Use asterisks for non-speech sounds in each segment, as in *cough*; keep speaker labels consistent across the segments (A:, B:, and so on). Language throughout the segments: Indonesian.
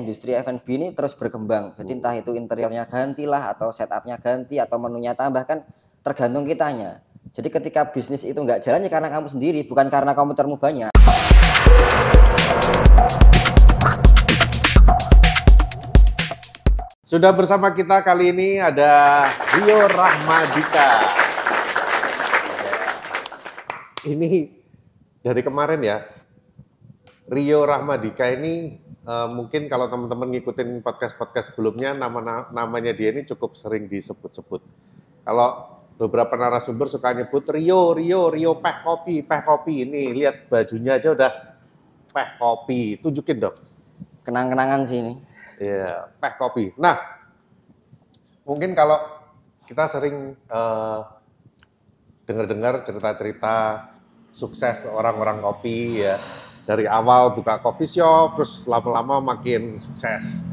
A: industri F&B ini terus berkembang. Jadi entah itu interiornya gantilah atau setupnya ganti atau menunya tambah kan tergantung kitanya. Jadi ketika bisnis itu nggak jalan ya karena kamu sendiri, bukan karena komputermu banyak.
B: Sudah bersama kita kali ini ada Rio Rahmadika. Ini dari kemarin ya. Rio Rahmadika ini eh, mungkin kalau teman-teman ngikutin podcast-podcast sebelumnya nama namanya dia ini cukup sering disebut-sebut. Kalau beberapa narasumber suka nyebut Rio, Rio, Rio peh kopi, peh kopi ini lihat bajunya aja udah peh kopi. Tunjukin dong.
A: Kenang-kenangan sih ini.
B: Iya, teh kopi. Nah, mungkin kalau kita sering eh, dengar-dengar cerita-cerita sukses orang-orang kopi ya dari awal buka coffee shop terus lama-lama makin sukses.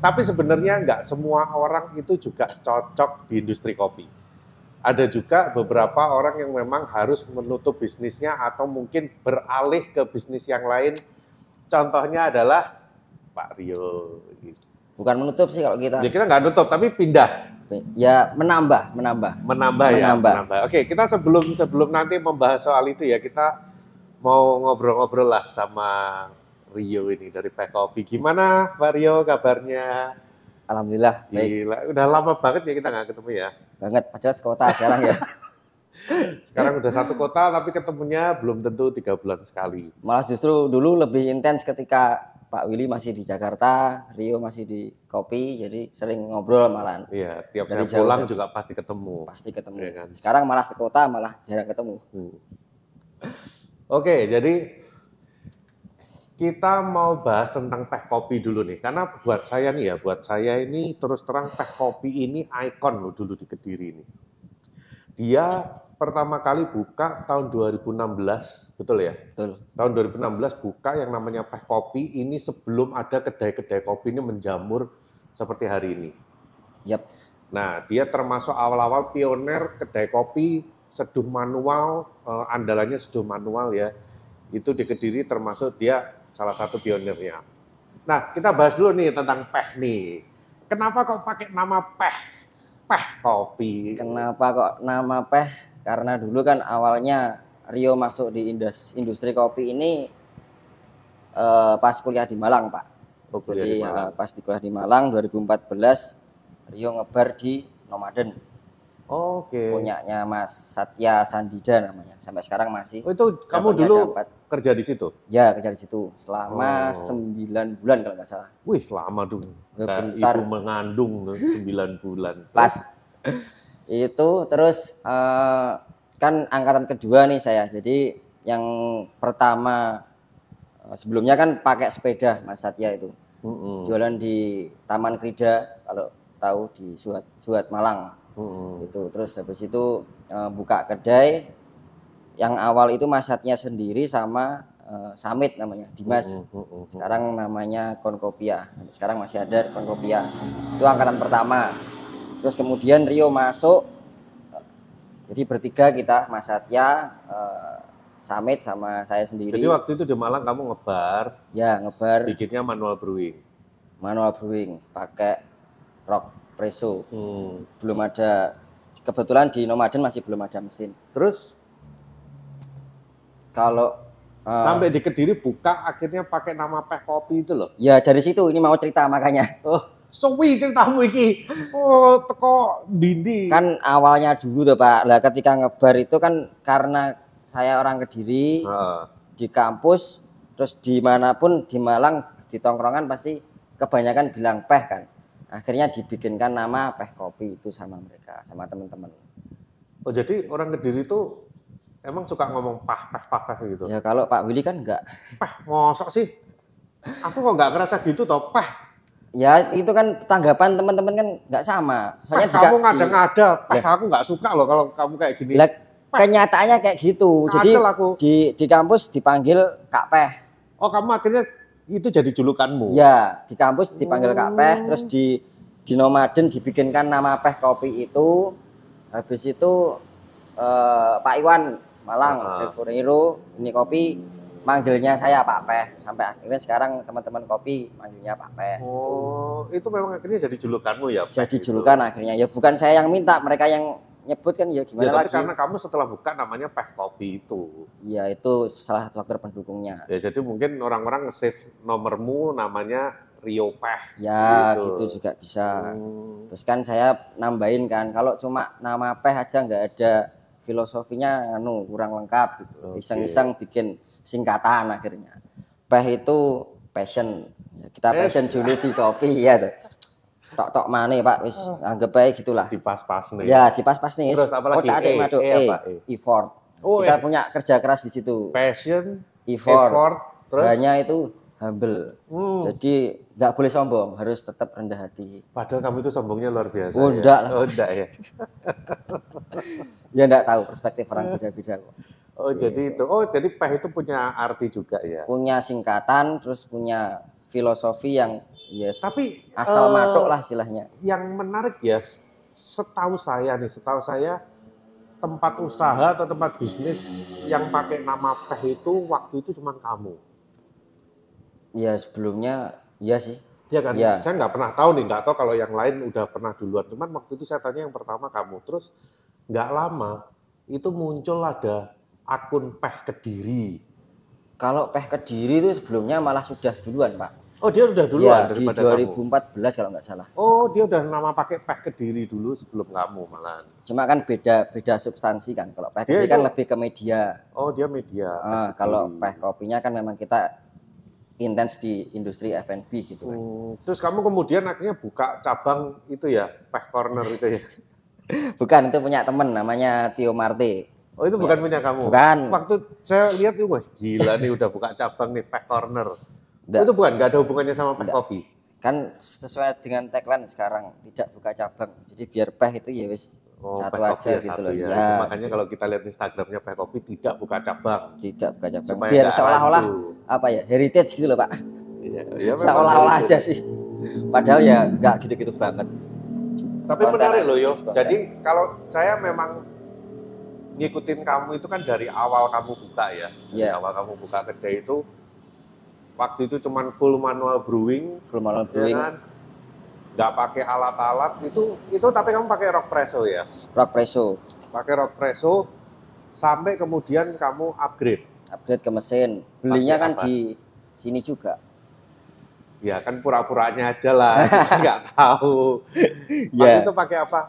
B: Tapi sebenarnya nggak semua orang itu juga cocok di industri kopi. Ada juga beberapa orang yang memang harus menutup bisnisnya atau mungkin beralih ke bisnis yang lain. Contohnya adalah Pak Rio. gitu.
A: Bukan menutup sih kalau kita.
B: Ya kita nggak nutup, tapi pindah,
A: Ya menambah, menambah.
B: menambah, ya.
A: Menambah.
B: Oke, kita sebelum sebelum nanti membahas soal itu ya kita mau ngobrol-ngobrol lah sama Rio ini dari Pack Kopi. Gimana Pak Rio kabarnya?
A: Alhamdulillah baik
B: Gila, udah lama banget ya kita nggak ketemu ya.
A: banget. Padahal sekota sekarang
B: *laughs*
A: ya.
B: Sekarang udah satu kota tapi ketemunya belum tentu tiga bulan sekali.
A: Malah justru dulu lebih intens ketika Pak Willy masih di Jakarta, Rio masih di Kopi, jadi sering ngobrol malahan.
B: Iya, tiap
A: Dari
B: saya
A: jauh
B: pulang
A: ya.
B: juga pasti ketemu.
A: Pasti ketemu.
B: Iya kan?
A: Sekarang malah sekota, malah jarang ketemu.
B: Hmm. Oke, jadi kita mau bahas tentang teh kopi dulu nih. Karena buat saya nih ya, buat saya ini terus terang teh kopi ini ikon loh dulu di Kediri ini. Dia pertama kali buka tahun 2016, betul ya?
A: Betul.
B: Tahun 2016 buka yang namanya teh kopi ini sebelum ada kedai-kedai kopi ini menjamur seperti hari ini.
A: Yap.
B: Nah, dia termasuk awal-awal pioner kedai kopi seduh manual, eh, andalannya seduh manual ya. Itu di Kediri termasuk dia salah satu pionirnya. Nah, kita bahas dulu nih tentang peh nih. Kenapa kok pakai nama peh? Peh kopi.
A: Kenapa kok nama Peh? Karena dulu kan awalnya Rio masuk di indus- industri kopi ini eh, pas kuliah di Malang, Pak.
B: Oh, kuliah di
A: Jadi
B: Malang.
A: eh, pas di kuliah di Malang 2014 Rio ngebar di Nomaden,
B: Oke.
A: punyanya Mas Satya Sandida namanya. Sampai sekarang masih.
B: Oh, itu kamu
A: Cabangnya
B: dulu
A: ada empat.
B: kerja di situ?
A: Ya, kerja di situ selama
B: Oh.
A: 9 bulan kalau nggak salah.
B: Wih, lama dong. Nah,
A: Bentar.
B: Ibu mengandung 9 bulan.
A: Pas itu terus eh, kan angkatan kedua nih saya. Jadi yang pertama eh, sebelumnya kan pakai sepeda Mas Satya itu.
B: Mm-mm,
A: Jualan di Taman Krida kalau tahu di Suhat Suhat Malang
B: mm-mm.
A: gitu. Terus habis itu eh, buka kedai yang awal itu Mas Satya sendiri sama eh, Samit namanya Dimas.
B: Mm-mm, mm-mm, mm-mm.
A: sekarang namanya Konkopia sekarang masih ada Konkopia itu angkatan pertama terus kemudian Rio masuk jadi bertiga kita Mas Satya eh, Samit sama saya sendiri
B: Jadi waktu itu di Malang kamu ngebar,
A: ya ngebar
B: bikinnya manual brewing.
A: manual brewing pakai rock preso
B: Hmm.
A: belum ada kebetulan di Nomaden masih belum ada mesin
B: Terus
A: kalau eh,
B: sampai di Kediri buka akhirnya pakai nama Peh Kopi itu loh.
A: ya dari situ ini mau cerita makanya
B: Oh, sewi ceritamu iki. Oh, teko dindi.
A: kan awalnya dulu tuh Pak. Lah ketika ngebar itu kan karena saya orang Kediri
B: Heeh.
A: di kampus terus dimanapun di Malang di tongkrongan pasti kebanyakan bilang peh kan. Akhirnya dibikinkan nama peh kopi itu sama mereka sama teman-teman.
B: Oh, jadi orang Kediri itu emang suka ngomong pah pah pah pah gitu.
A: Ya kalau Pak Willy kan enggak.
B: Peh, mosok sih. Aku kok nggak ngerasa gitu toh, peh.
A: Ya itu kan tanggapan teman-teman kan enggak sama.
B: Peh,
A: Soalnya juga
B: kamu
A: di- Ya.
B: ngada-ngada. Peh, aku nggak suka loh kalau kamu kayak gini.
A: Lah, kenyataannya kayak gitu. Jadi
B: Kacel aku.
A: di di kampus dipanggil Kak Peh.
B: Oh, kamu akhirnya itu jadi julukanmu.
A: Ya, di kampus dipanggil Kak Peh, terus di di nomaden dibikinkan nama Peh Kopi itu. Habis itu eh, Pak Iwan Malang,
B: Ah.
A: Refureiro, ini kopi manggilnya saya Pak Peh sampai akhirnya sekarang teman-teman kopi manggilnya Pak Peh.
B: Oh, itu memang akhirnya jadi julukanmu ya? Pak?
A: Gitu. Jadi julukan akhirnya ya bukan saya yang minta, mereka yang nyebut kan ya
B: Ya,
A: gimana
B: tapi
A: lagi.
B: karena kamu setelah buka namanya Peh Kopi itu.
A: Ya itu salah satu faktor pendukungnya.
B: Ya jadi mungkin orang-orang nge-save nomormu namanya Rio Peh.
A: Ya
B: Gitu.
A: gitu juga bisa.
B: Hmm.
A: Terus kan saya nambahin kan kalau cuma nama Peh aja nggak ada filosofinya anu kurang lengkap gitu.
B: Oke.
A: Iseng-iseng bikin singkatan akhirnya. Peh itu passion. Ya, Kita
B: Yes.
A: passion dulu di kopi ya tuh. Tok-tok mana Pak wis anggap baik gitulah.
B: Di pas-pas nih.
A: Ya, dipas-pas nih.
B: Iya. Terus apa lagi?
A: Otak
B: E,
A: Maduk.
B: E
A: E,
B: apa? E.
A: effort.
B: Oh,
A: Kita
B: E.
A: punya kerja keras di situ.
B: Passion,
A: Effort.
B: effort, terus
A: Hanya itu humble.
B: Hmm.
A: Jadi nggak boleh sombong, harus tetap rendah hati.
B: padahal kamu itu sombongnya luar biasa.
A: Oh,
B: ya.
A: enggak lah.
B: Oh, enggak ya.
A: Ya nggak tahu perspektif orang beda-beda kok.
B: Oh,
A: Iya.
B: jadi itu. Oh, jadi Peh itu punya arti juga ya.
A: Punya singkatan, terus punya filosofi yang yes,
B: Tapi
A: asal
B: eh,
A: matok lah istilahnya.
B: yang menarik ya setahu saya nih setahu saya tempat usaha atau tempat bisnis yang pakai nama teh itu waktu itu cuma kamu
A: Ya sebelumnya ya sih.
B: ya kan
A: Iya.
B: saya nggak pernah tahu nih nggak tahu kalau yang lain udah pernah duluan cuman waktu itu saya tanya yang pertama kamu terus nggak lama itu muncul ada akun peh kediri
A: Kalau Peh Kediri itu sebelumnya malah sudah duluan, Pak.
B: oh dia udah duluan
A: ya, di
B: daripada
A: 2014
B: kamu
A: kalau nggak salah.
B: oh dia udah nama pakai peh kediri dulu sebelum kamu malahan
A: Cuma kan beda beda substansi kan. Kalau Peh
B: Iya,
A: Kediri kan
B: itu-
A: lebih ke media.
B: oh dia media
A: Ah, kalau
B: Kediri.
A: peh kopinya kan memang kita intens di industri F&B gitu kan.
B: Hmm, terus kamu kemudian akhirnya buka cabang itu ya, Peh Corner itu ya.
A: Bukan itu punya temen namanya Tio Marte.
B: Oh itu bukan punya kamu.
A: Bukan.
B: Waktu saya lihat itu, wah gila nih udah buka cabang nih Peh Corner.
A: Nggak.
B: Itu bukan, nggak ada hubungannya sama Peh
A: Nggak.
B: Kopi.
A: Kan sesuai dengan tagline sekarang tidak buka cabang. Jadi biar peh itu ya wis
B: Oh,
A: satu
B: Peh
A: aja
B: Kopi ya
A: gitu
B: satu
A: loh.
B: ya.
A: Ya,
B: Itu makanya kalau kita lihat Instagramnya Peh Kopi tidak buka cabang.
A: tidak buka cabang.
B: Supaya
A: biar
B: nggak
A: seolah-olah
B: rancu.
A: apa ya heritage gitu loh Pak.
B: Iya, iya,
A: *laughs*
B: memang
A: seolah-olah
B: begitu.
A: aja sih. Padahal ya nggak gitu-gitu banget.
B: Tapi
A: Konten
B: menarik
A: aja,
B: loh yo.
A: konten.
B: Jadi kalau saya memang ngikutin kamu itu kan dari awal kamu buka ya. Dari
A: Iya.
B: awal kamu buka kedai itu waktu itu cuman full manual brewing,
A: Full malam
B: ya
A: brewing,
B: kan? Nggak pakai alat-alat itu itu tapi kamu pakai rock presso ya.
A: rock presso,
B: Pakai rock presso sampai kemudian kamu upgrade.
A: upgrade ke mesin. Belinya
B: Pakai
A: kan
B: apa?
A: di sini juga.
B: Ya kan pura-puranya aja lah, *laughs* kita nggak tahu. Waktu
A: Iya.
B: itu pakai apa?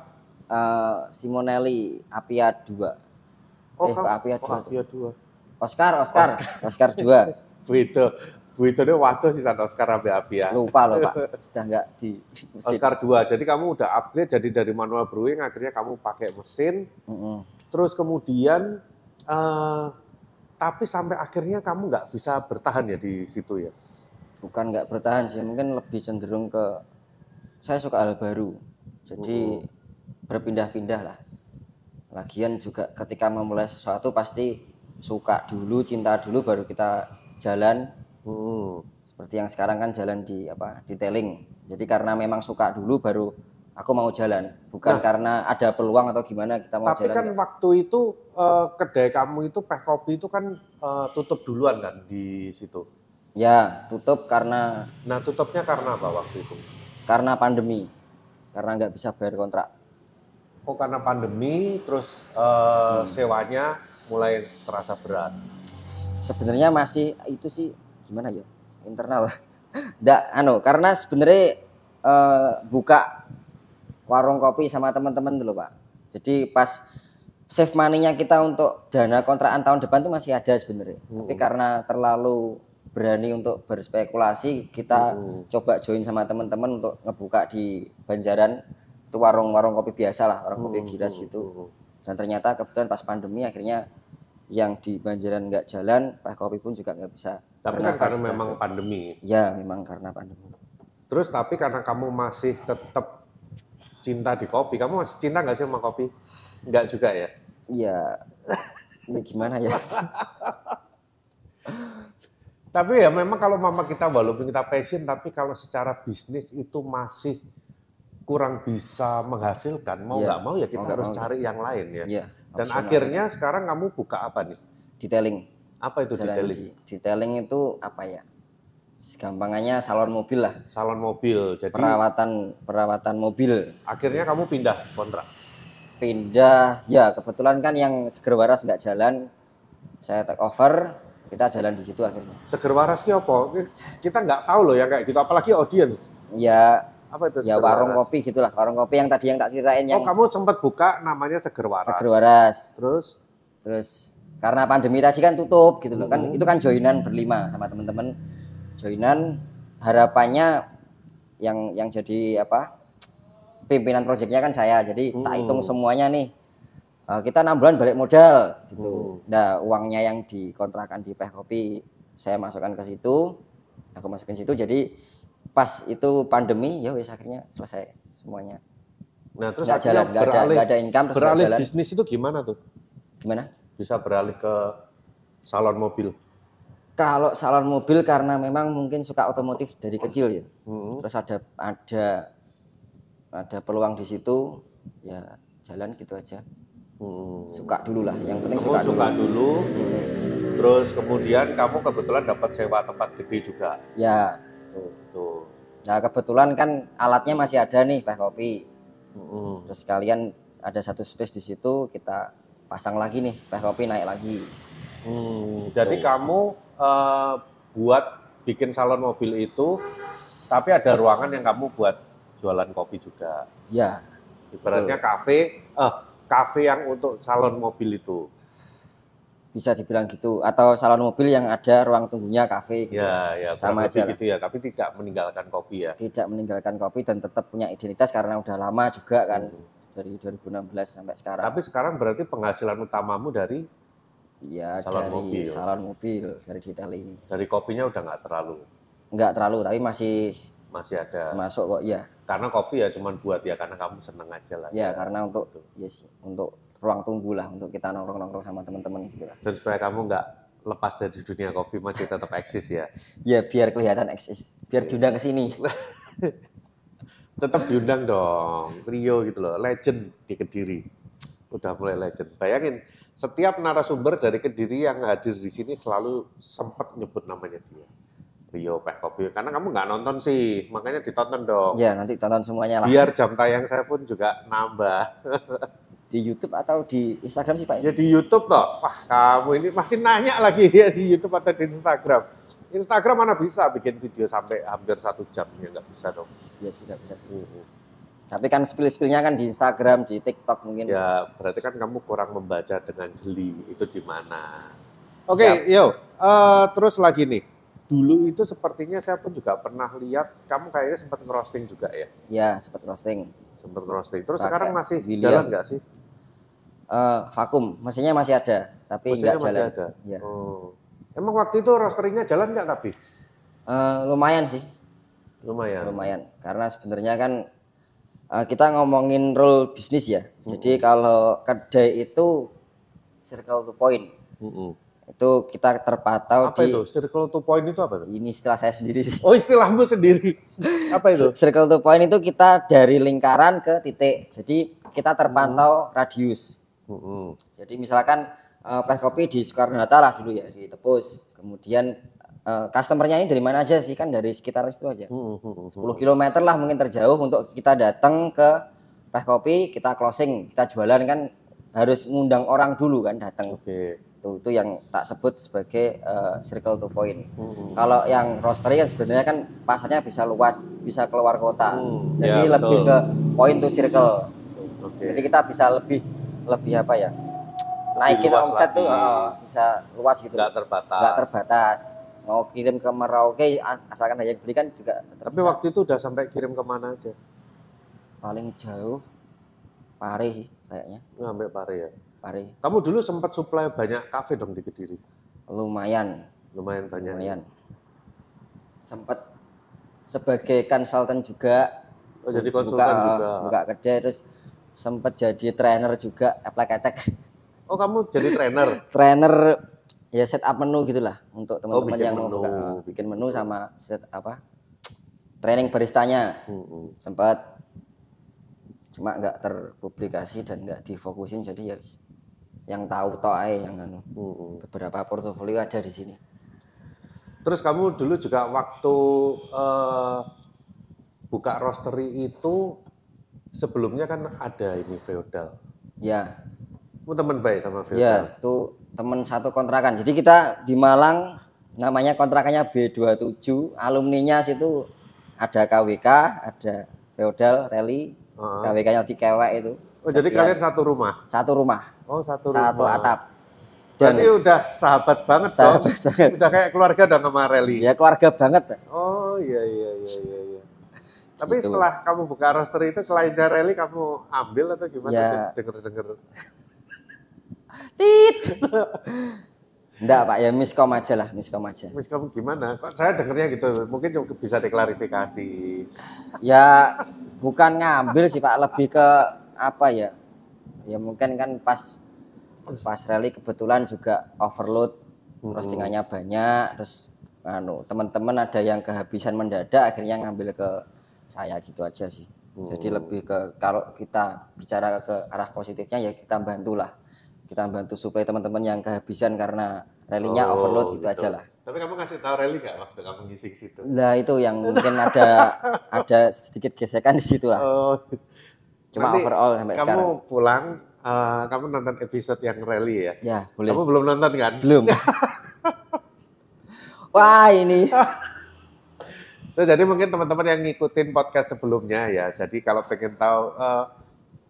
A: Eh, Simonelli Apia 2. Eh,
B: kamu-
A: kok Apia
B: oh,
A: dua tuh?
B: Apia dua.
A: Oscar, Oscar, Oscar 2.
B: Buito, Buito ini waktu sisan Oscar sampai Apia.
A: Lupa loh
B: *laughs*
A: Pak, sudah nggak di mesin.
B: Oscar 2. Jadi kamu udah upgrade jadi dari manual brewing akhirnya kamu pakai mesin.
A: Mm-mm.
B: Terus kemudian eh tapi sampai akhirnya kamu nggak bisa bertahan ya di situ ya.
A: Bukan nggak bertahan sih, mungkin lebih cenderung ke saya suka hal baru. Jadi berpindah-pindah lah. Lagian juga ketika memulai sesuatu pasti suka dulu, cinta dulu baru kita jalan.
B: Hmm.
A: Seperti yang sekarang kan jalan di apa? detailing. Jadi karena memang suka dulu baru aku mau jalan, bukan
B: Nah.
A: karena ada peluang atau gimana kita mau
B: Tapi
A: Oh, jalan. ya.
B: kan
A: nggak.
B: waktu itu eh, kedai kamu itu peh kopi itu kan eh, tutup duluan kan di situ.
A: Ya, tutup karena
B: Nah tutupnya karena apa waktu itu?
A: karena pandemi. Karena nggak bisa bayar kontrak.
B: Oh karena pandemi terus eh, sewanya mulai terasa berat.
A: Sebenarnya masih itu sih gimana ya? Internal. *laughs* Nggak anu, karena sebenarnya eh, buka warung kopi sama teman-teman dulu, Pak. Jadi pas save money-nya kita untuk dana kontrakan tahun depan tuh masih ada sebenarnya. Tapi karena terlalu berani untuk berspekulasi, kita
B: Mm.
A: coba join sama teman-teman untuk ngebuka di Banjaran itu warung-warung kopi biasa lah, warung
B: Hmm,
A: kopi giras gitu. dan ternyata kebetulan pas pandemi akhirnya yang di Banjaran nggak jalan, Pak Kopi pun juga nggak bisa.
B: Tapi kan
A: bernafas
B: karena
A: juga.
B: memang pandemi.
A: ya memang karena pandemi.
B: Terus tapi karena kamu masih tetap cinta di kopi, kamu masih cinta nggak sih sama kopi? Nggak juga ya.
A: Iya. *laughs* Ini gimana ya?
B: Tapi ya memang kalau mama kita walaupun kita passion, tapi kalau secara bisnis itu masih kurang bisa menghasilkan. Mau
A: Iya.
B: nggak mau ya kita
A: Mau nggak
B: harus
A: mau.
B: cari yang lain ya.
A: Iya.
B: Dan
A: opsional.
B: akhirnya sekarang kamu buka apa nih?
A: detailing.
B: Apa itu
A: Jalan
B: detailing?
A: di- detailing itu apa ya? Gampangannya salon mobil lah,
B: Salon mobil. Jadi
A: perawatan perawatan mobil.
B: akhirnya kamu pindah kontrak.
A: pindah ya kebetulan kan yang seger waras nggak jalan saya take over kita jalan di situ akhirnya
B: Seger waras ki apa? Kita nggak tahu loh ya kayak gitu. Apalagi audiens.
A: ya
B: Apa itu
A: ya
B: seger
A: warung
B: waras?
A: kopi gitulah warung kopi yang tadi yang tak ceritain yang
B: Oh kamu sempat buka namanya seger waras.
A: seger waras
B: Terus
A: terus karena pandemi tadi kan tutup gitu loh kan
B: Hmm.
A: itu kan joinan berlima sama teman-teman joinan harapannya yang yang jadi apa pimpinan proyeknya kan saya jadi tak
B: Hmm.
A: hitung semuanya nih Eh, kita enam bulan balik modal gitu
B: Hmm.
A: nah uangnya yang dikontrakan di Peh Kopi saya masukkan ke situ aku masukin situ jadi pas itu pandemi ya wes akhirnya selesai semuanya
B: Nah terus
A: nggak
B: akhirnya
A: jalan nggak ada
B: beralih,
A: nggak ada income terus nggak
B: beralih
A: jalan
B: bisnis itu gimana tuh?
A: gimana
B: Bisa beralih ke salon mobil.
A: Kalau salon mobil karena memang mungkin suka otomotif dari kecil ya.
B: Hmm.
A: Terus ada ada ada peluang di situ ya jalan gitu aja.
B: Hmm.
A: Suka dulu lah, yang penting
B: Kamu
A: suka, dulu.
B: suka dulu, terus kemudian kamu kebetulan dapat sewa tempat gede juga.
A: Ya.
B: Tuh.
A: Nah, kebetulan kan alatnya masih ada nih, Pak Kopi.
B: Mm-mm.
A: Terus kalian ada satu space di situ kita pasang lagi nih, Pak Kopi naik lagi.
B: Hmm, Jadi kamu eh, buat bikin salon mobil itu, tapi ada ruangan yang kamu buat jualan kopi juga.
A: Ya,
B: Ibaratnya kafe, eh kafe yang untuk salon mobil itu.
A: bisa dibilang gitu atau salon mobil yang ada ruang tunggunya kafe gitu.
B: Ya, ya
A: Sama
B: kurang lebih
A: aja lah.
B: gitu ya, tapi tidak meninggalkan kopi ya.
A: Tidak meninggalkan kopi dan tetap punya identitas karena udah lama juga kan. dari 2016 sampai sekarang
B: Hmm. Tapi sekarang berarti penghasilan utamamu dari
A: ya
B: salon
A: dari
B: mobil.
A: salon mobil dari detailing
B: dari kopinya udah nggak terlalu
A: nggak terlalu tapi masih
B: masih ada.
A: masuk kok ya
B: Karena kopi ya cuman buat ya karena kamu seneng aja lah.
A: ya karena untuk yes untuk ruang tunggu lah untuk kita nongkrong nongkrong sama teman-teman gitu lah
B: Dan supaya kamu nggak lepas dari dunia kopi masih tetap eksis ya.
A: ya biar kelihatan eksis biar diundang ke sini
B: tetap diundang dong Rio gitu loh legend di kediri udah mulai legend bayangin setiap narasumber dari kediri yang hadir di sini selalu sempat nyebut namanya dia Rio Peh Kopi karena kamu nggak nonton sih makanya ditonton dong
A: ya nanti tonton semuanya lah
B: biar jam tayang saya pun juga nambah
A: di YouTube atau di Instagram sih Pak
B: ya di YouTube toh wah kamu ini masih nanya lagi dia di YouTube atau di Instagram Instagram mana bisa bikin video sampai hampir satu jam ya nggak bisa dong
A: ya sudah bisa sih tapi kan spill-spillnya kan di Instagram di TikTok mungkin
B: Ya, berarti kan kamu kurang membaca dengan jeli itu di mana.
A: Siap.
B: Oke, yo. Eh, terus lagi nih. Dulu itu sepertinya saya pun juga pernah lihat kamu kayaknya sempat ngerosting juga ya.
A: ya seperti roasting
B: Sempat ngerosting. Terus
A: Pakai
B: sekarang masih
A: William.
B: jalan nggak sih?
A: Eh, vakum mesinnya masih ada tapi nggak
B: Mesinnya masih
A: jalan
B: ada.
A: ya
B: Oh. Emang waktu itu rosteringnya jalan nggak tapi?
A: Eh, lumayan sih
B: Lumayan.
A: lumayan karena sebenarnya kan eh, kita ngomongin role bisnis ya jadi kalau kedai itu circle to point
B: Mm-mm.
A: itu kita terpatau
B: Apa
A: di
B: itu? Circle to point itu apa tuh?
A: ini istilah saya sendiri sih
B: Oh, istilahmu *laughs* sendiri. apa itu?
A: circle to point itu kita dari lingkaran ke titik jadi kita terpantau radius
B: Mm-mm.
A: jadi misalkan eh, Peh Kopi di Soekarno Hatta lah dulu ya di Tepus kemudian eh, customernya ini dari mana aja sih kan dari sekitar itu aja
B: Mm-mm.
A: 10 km lah mungkin terjauh untuk kita datang ke teh kopi, kita closing, kita jualan kan harus ngundang orang dulu kan datang.
B: Oke.
A: Itu, itu yang tak sebut sebagai eh, circle to point.
B: Mm-mm.
A: Kalau yang roastery kan sebenarnya kan pasarnya bisa luas, bisa keluar kota.
B: Hmm,
A: Jadi
B: ya,
A: lebih
B: betul.
A: ke point to circle.
B: Oke.
A: Jadi kita bisa lebih lebih apa ya? naikin
B: luas
A: omset
B: lagi.
A: tuh eh, bisa luas gitu.
B: oh. Nggak terbatas.
A: Nggak terbatas. Mau kirim ke Merauke asalkan ada yang beli kan juga tetap
B: Tapi
A: bisa.
B: waktu itu udah sampai kirim kemana aja?
A: paling jauh Pare sih kayaknya
B: Nggak Sampai Pare ya.
A: Pare
B: Kamu dulu sempat supply banyak kafe dong di Kediri.
A: lumayan
B: Lumayan banyak.
A: lumayan sempet sebagai konsultan juga
B: Oh, jadi konsultan
A: buka,
B: juga.
A: buka kedai terus sempet jadi trainer juga apply ketek
B: Oh, kamu jadi trainer.
A: *laughs*
B: *laughs*
A: trainer ya setup menu gitulah untuk teman-teman
B: Oh, bikin
A: yang mau
B: menu.
A: buka Ah, bikin menu sama set apa training baristanya
B: Mm-mm.
A: sempat cuma nggak terpublikasi dan nggak difokusin jadi ya yang tahu toh ae yang anu.
B: Mm-mm.
A: Beberapa portofolio ada di sini.
B: Terus kamu dulu juga waktu eh, buka roastery itu sebelumnya kan ada ini feodal.
A: Ya,
B: Kamu teman baik sama feodal.
A: ya itu teman satu kontrakan. Jadi kita di Malang namanya kontrakannya B27, alumninya situ ada KWK, ada feodal, rally,
B: Heeh.
A: KWK-nya di kewek itu.
B: Oh jadi
A: Sepian.
B: kalian satu rumah.
A: satu rumah,
B: Oh satu,
A: satu
B: rumah.
A: atap. Dan
B: Jadi udah sahabat banget
A: Sahabat
B: dong. Udah kayak keluarga dong sama Rally.
A: ya keluarga
B: *laughs*
A: banget.
B: Oh iya iya iya iya.
A: *laughs*
B: iya. Tapi
A: Gitu.
B: setelah kamu buka roastery itu kliennya Rally kamu ambil atau gimana?
A: Ya.
B: Denger denger.
A: Tit. Enggak, Pak, ya miskom aja lah, miskom aja.
B: Mis kamu gimana? Kok saya dengernya gitu. Mungkin juga bisa diklarifikasi.
A: Ya bukan ngambil sih, Pak, lebih ke apa ya? Ya mungkin kan pas pas rally kebetulan juga overload roastingannya banyak terus anu teman-teman ada yang kehabisan mendadak akhirnya ngambil ke saya gitu aja sih. Jadi lebih ke kalau kita bicara ke arah positifnya ya kita bantulah. Kita bantu suplai teman-teman yang kehabisan karena rally-nya
B: Oh,
A: overload gitu, aja lah.
B: Tapi kamu ngasih tahu Rally nggak waktu kamu ngisi ke situ?
A: Nah itu yang mungkin ada ada sedikit gesekan di situ lah.
B: Oh,
A: Cuma
B: nanti
A: overall sampai
B: kamu
A: Nah, sekarang.
B: pulang, eh, kamu nonton episode yang Rally ya?
A: Ya boleh.
B: Kamu belum nonton kan?
A: Belum.
B: *laughs*
A: Wah ini.
B: So, jadi mungkin teman-teman yang ngikutin podcast sebelumnya ya, jadi kalau pengen tahu eh,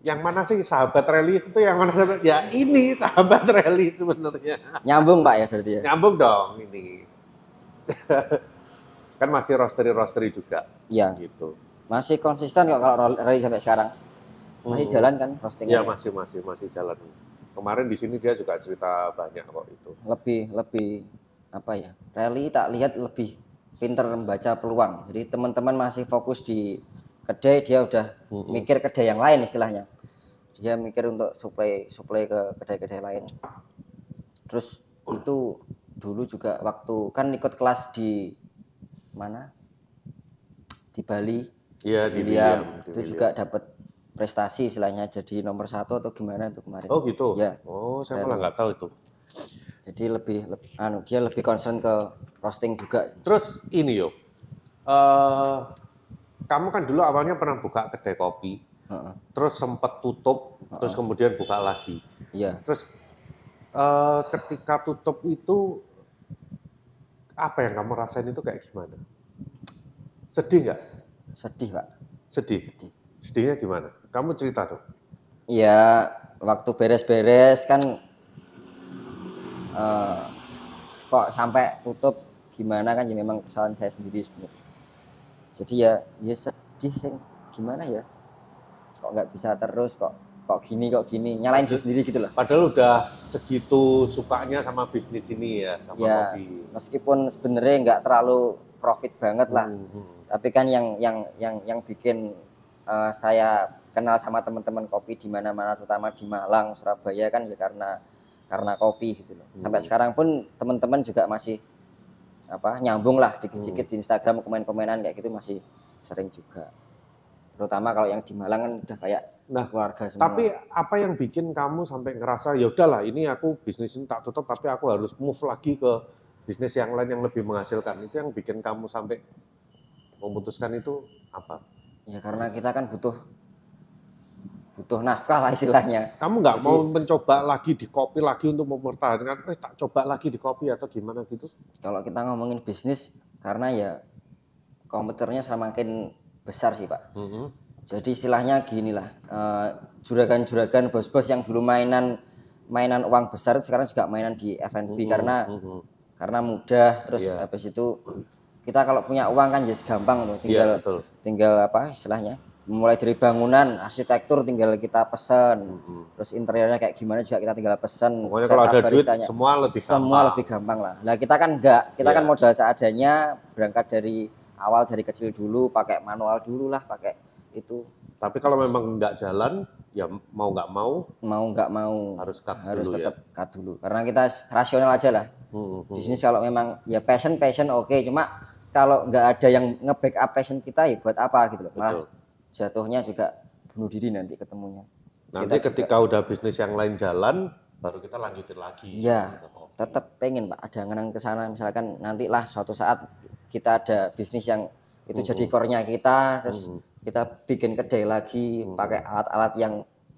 B: yang mana sih sahabat rally itu yang mana sahabat ya ini sahabat *laughs* rally sebenarnya
A: Nyambung pak ya berarti ya.
B: nyambung dong ini *laughs* kan masih roastery roastery juga
A: Ya
B: gitu
A: masih konsisten kok kalau roll- rally sampai sekarang. Masih
B: Hmm.
A: jalan kan roasting
B: ya masih masih masih jalan kemarin di sini dia juga cerita banyak kok itu
A: Lebih lebih apa ya? Rally tak lihat lebih pinter membaca peluang. Jadi teman-teman masih fokus di kedai dia udah mikir kedai yang lain istilahnya. Dia mikir untuk supply supply ke kedai-kedai lain. Terus itu dulu juga waktu kan ikut kelas di mana? Di Bali.
B: iya di
A: William,
B: William, di
A: itu
B: William.
A: juga dapat prestasi istilahnya jadi nomor satu atau gimana tuh kemarin.
B: oh gitu
A: Ya.
B: oh saya malah nggak tahu itu
A: Jadi lebih, leb- anu dia lebih concern ke roasting juga.
B: Terus ini yo, eh kamu kan dulu awalnya pernah buka kedai kopi,
A: Heeh.
B: terus sempat tutup, terus kemudian buka lagi.
A: Iya.
B: Terus eh ketika tutup itu apa yang kamu rasain itu kayak gimana? Sedih nggak?
A: Sedih, Pak.
B: Sedih.
A: Sedih.
B: Sedihnya gimana? Kamu cerita dong.
A: Iya, waktu beres-beres kan eh, kok sampai tutup gimana kan ya memang kesalahan saya sendiri sebenarnya. Jadi ya ya sedih sih gimana ya? Kok nggak bisa terus kok kok gini kok gini nyalain diri sendiri gitu loh.
B: Padahal udah segitu sukanya sama bisnis ini ya, sama
A: Ya,
B: kopi.
A: meskipun sebenarnya nggak terlalu profit banget lah,
B: Mhm.
A: tapi kan yang yang yang yang bikin eh, saya kenal sama teman-teman kopi di mana-mana, terutama di Malang, Surabaya kan ya karena karena kopi gitu loh. Sampai
B: Hmm.
A: sekarang pun teman-teman juga masih apa nyambung lah
B: Hmm.
A: dikit-dikit di Instagram komen-komenan kayak gitu masih sering juga. Terutama kalau yang di Malang kan udah kayak
B: Nah,
A: keluarga semua.
B: Tapi apa yang bikin kamu sampai ngerasa ya udahlah ini aku bisnis ini tak tutup tapi aku harus move lagi ke bisnis yang lain yang lebih menghasilkan. Itu yang bikin kamu sampai memutuskan itu apa?
A: ya karena kita kan butuh butuh nafkah lah istilahnya.
B: Kamu nggak
A: Jadi-
B: mau mencoba lagi di kopi lagi untuk mempertahankan, eh tak coba lagi di kopi atau gimana gitu?
A: kalau kita ngomongin bisnis karena ya komputernya semakin besar sih pak
B: Mm-hmm.
A: jadi istilahnya gini lah eh, juragan-juragan bos-bos yang dulu mainan mainan uang besar itu sekarang juga mainan di F&B karena
B: Mhm.
A: karena mudah terus
B: Iya.
A: habis itu kita kalau punya uang kan jadi gampang loh
B: Iya,
A: tinggal
B: betul.
A: tinggal apa istilahnya mulai dari bangunan arsitektur tinggal kita pesen
B: Mhm.
A: terus interiornya kayak gimana juga kita tinggal pesen
B: Pokoknya kalau ada
A: setup
B: duit
A: baristanya
B: semua lebih
A: semua
B: gampang.
A: lebih gampang lah. Nah kita kan enggak, kita
B: Iya.
A: kan modal seadanya, berangkat dari awal dari kecil dulu, pakai manual dulu lah, pakai itu
B: Tapi kalau memang nggak jalan, ya mau nggak mau
A: mau nggak mau
B: harus cut
A: harus
B: dulu
A: tetap
B: ya.
A: cut dulu. Karena kita rasional aja lah.
B: Mhm.
A: Bisnis kalau memang ya passion passion oke, cuma kalau nggak ada yang nge-backup passion kita ya buat apa gitu loh. Malah
B: Betul.
A: jatuhnya juga bunuh diri nanti ketemunya.
B: Nanti
A: Kita juga-
B: ketika udah bisnis yang lain jalan, baru kita lanjutin lagi.
A: Iya.
B: gitu, kopi.
A: tetap pengen pak ada ngenang ke sana misalkan nantilah suatu saat kita ada bisnis yang itu
B: Mhm.
A: jadi core-nya kita terus
B: Mhm.
A: kita bikin kedai lagi
B: Hmm.
A: pakai alat-alat yang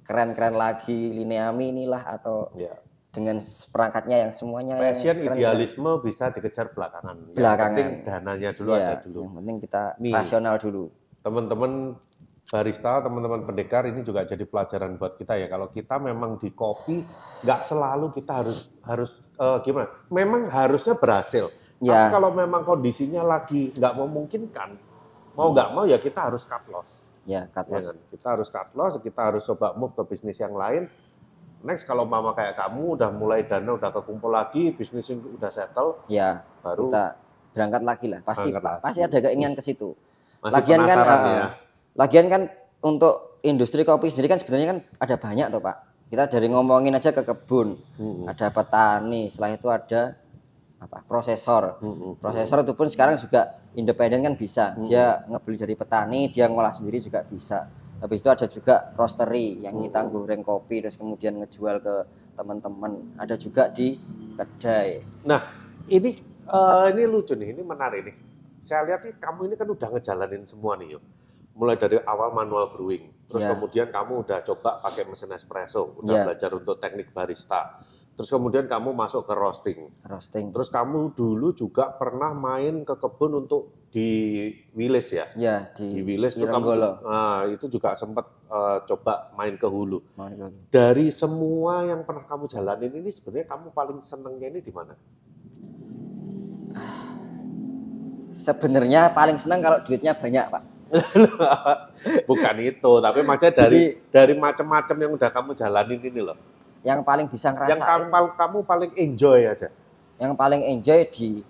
A: keren-keren lagi lineami inilah atau
B: Iya.
A: dengan perangkatnya yang semuanya yang
B: Passion
A: keren-keren.
B: idealisme bisa dikejar belakangan. Yang
A: Belakangan.
B: penting dananya dulu
A: Iya,
B: ada dulu.
A: yang penting kita
B: Nih.
A: rasional dulu
B: teman-teman barista, teman-teman pendekar ini juga jadi pelajaran buat kita ya. Kalau kita memang di kopi, nggak selalu kita harus harus eh, gimana? Memang harusnya berhasil.
A: Ya.
B: Tapi kalau memang kondisinya lagi nggak memungkinkan, mau nggak mau ya kita harus cut loss.
A: ya cut
B: Ya
A: loss.
B: kan? Kita harus cut loss, kita harus coba move ke bisnis yang lain. Next kalau mama kayak kamu udah mulai dana udah kekumpul lagi, bisnisnya udah settle,
A: ya
B: baru
A: kita berangkat lagi lah pasti
B: Berangkat lagi.
A: pasti ada keinginan ke situ
B: masih
A: lagian kan
B: penasaran
A: eh,
B: ya.
A: lagian kan untuk industri kopi sendiri kan sebenarnya kan ada banyak tuh pak kita dari ngomongin aja ke kebun
B: Mm-mm.
A: ada petani setelah itu ada apa prosesor
B: Mm-mm.
A: prosesor itu pun sekarang juga independen kan bisa
B: Hmm.
A: dia ngebeli dari petani dia ngolah sendiri juga bisa habis itu ada juga roastery yang kita
B: Hmm.
A: goreng kopi terus kemudian ngejual ke teman-teman ada juga di kedai
B: Nah, ini eh, ini lucu nih, ini menarik nih. Saya lihat nih kamu ini kan udah ngejalanin semua nih, yo. Mulai dari awal manual brewing, terus
A: Iya.
B: kemudian kamu udah coba pakai mesin espresso, udah
A: Iya.
B: belajar untuk teknik barista. Terus kemudian kamu masuk ke roasting.
A: roasting
B: Terus kamu dulu juga pernah main ke kebun untuk di Wilis ya.
A: ya di,
B: Di Wilis tuh kamu
A: Irang
B: ah, itu juga sempat coba main ke hulu.
A: Golo.
B: Dari semua yang pernah kamu jalanin ini sebenarnya kamu paling senengnya ini di mana? *laughs*
A: sebenarnya paling senang kalau duitnya banyak pak
B: Bukan itu, tapi maksudnya dari dari macam-macam yang udah kamu jalanin ini loh.
A: yang paling bisa ngerasain
B: Yang kamu, kamu paling enjoy aja.
A: yang paling enjoy di